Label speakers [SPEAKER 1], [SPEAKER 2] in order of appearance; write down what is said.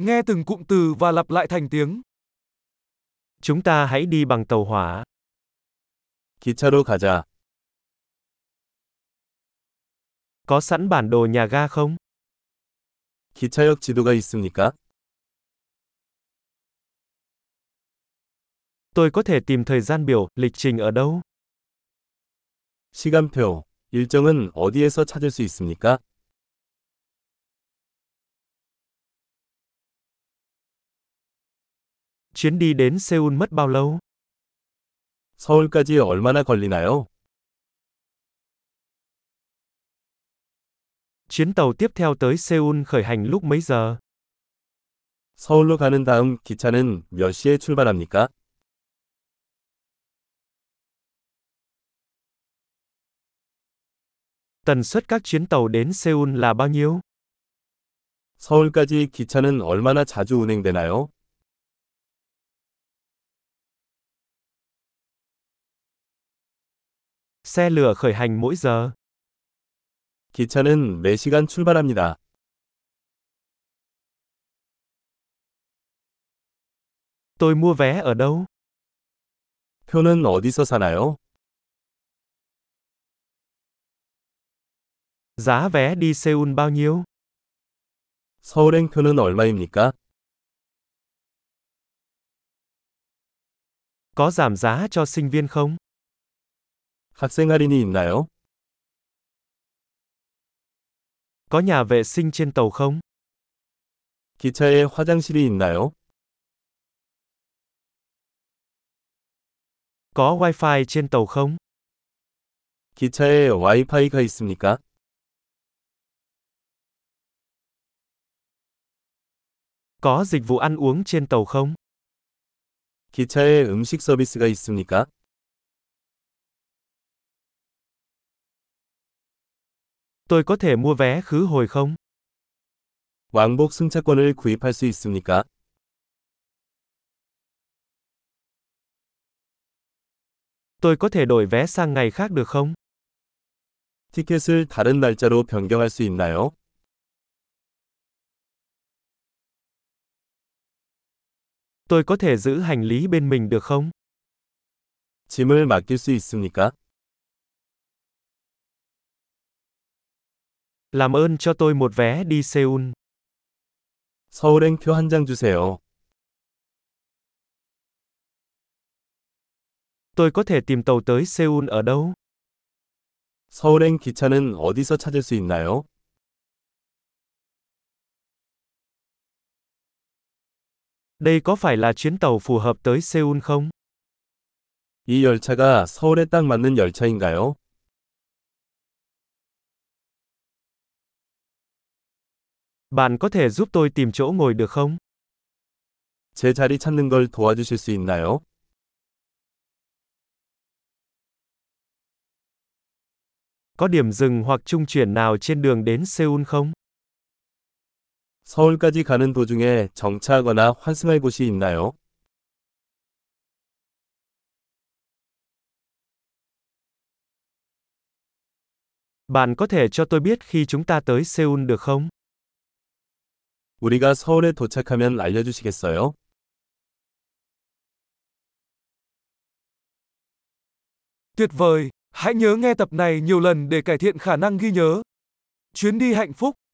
[SPEAKER 1] Nghe từng cụm từ và lặp lại thành tiếng.
[SPEAKER 2] Chúng ta hãy đi bằng tàu hỏa.
[SPEAKER 3] 기차로 가자.
[SPEAKER 2] Có sẵn bản đồ nhà ga không?
[SPEAKER 3] 기차역 지도가 있습니까?
[SPEAKER 2] Tôi có thể tìm thời gian biểu, lịch trình ở đâu?
[SPEAKER 3] 시간표, 일정은 어디에서 찾을 수 있습니까?
[SPEAKER 2] Chuyến đi đến Seoul mất bao lâu?
[SPEAKER 3] 서울까지 얼마나 걸리나요?
[SPEAKER 2] Chuyến tàu tiếp theo tới Seoul khởi hành lúc mấy giờ?
[SPEAKER 3] 서울로 가는 다음 기차는 몇 시에 출발합니까?
[SPEAKER 2] Tần suất các chuyến tàu đến Seoul là bao nhiêu?
[SPEAKER 3] 서울까지 기차는 얼마나 자주 운행되나요?
[SPEAKER 2] Xe lửa khởi hành mỗi giờ.
[SPEAKER 3] 기차는 4시간 출발합니다.
[SPEAKER 2] Tôi mua vé ở đâu?
[SPEAKER 3] 표는 어디서 사나요?
[SPEAKER 2] Giá vé đi Seoul bao nhiêu?
[SPEAKER 3] 서울행표는 얼마입니까?
[SPEAKER 2] Có giảm giá cho sinh viên không?
[SPEAKER 3] 학생 할인이 있나요?
[SPEAKER 2] Có nhà vệ sinh trên tàu không?
[SPEAKER 3] 기차에 화장실이 있나요?
[SPEAKER 2] Có wifi trên tàu không?
[SPEAKER 3] 기차에 와이파이가 있습니까?
[SPEAKER 2] Có dịch vụ ăn uống trên tàu không?
[SPEAKER 3] 기차에 음식 서비스가 있습니까?
[SPEAKER 2] Tôi có thể mua vé khứ hồi không?
[SPEAKER 3] 왕복 승차권을 구입할 수 있습니까?
[SPEAKER 2] Tôi có thể đổi vé sang ngày khác được không?
[SPEAKER 3] 티켓을 다른 날짜로 변경할 수 있나요?
[SPEAKER 2] Tôi có thể giữ hành lý bên mình được không?
[SPEAKER 3] 짐을 맡길 수 있습니까?
[SPEAKER 2] Làm ơn cho tôi một vé đi Seoul.
[SPEAKER 3] 서울행표 한 장 주세요.
[SPEAKER 2] Tôi có thể tìm tàu tới Seoul ở đâu?
[SPEAKER 3] 서울행 기차는 어디서 찾을 수 있나요?
[SPEAKER 2] Đây có phải là chuyến tàu phù hợp tới Seoul không?
[SPEAKER 3] 이 열차가 서울에 딱 맞는 열차인가요?
[SPEAKER 2] Bạn có thể giúp tôi tìm chỗ ngồi được không?
[SPEAKER 3] 제 자리 찾는 걸 도와주실 수 있나요?
[SPEAKER 2] Có điểm dừng hoặc trung chuyển nào trên đường đến Seoul không?
[SPEAKER 3] 서울까지 가는 도중에 정차하거나 환승할 곳이 있나요?
[SPEAKER 2] Bạn có thể cho tôi biết khi chúng ta tới Seoul được không?
[SPEAKER 3] 우리가 서울에 도착하면 알려주시겠어요?
[SPEAKER 1] Tuyệt vời! Hãy nhớ nghe tập này nhiều lần để cải thiện khả năng ghi nhớ. Chuyến đi hạnh phúc!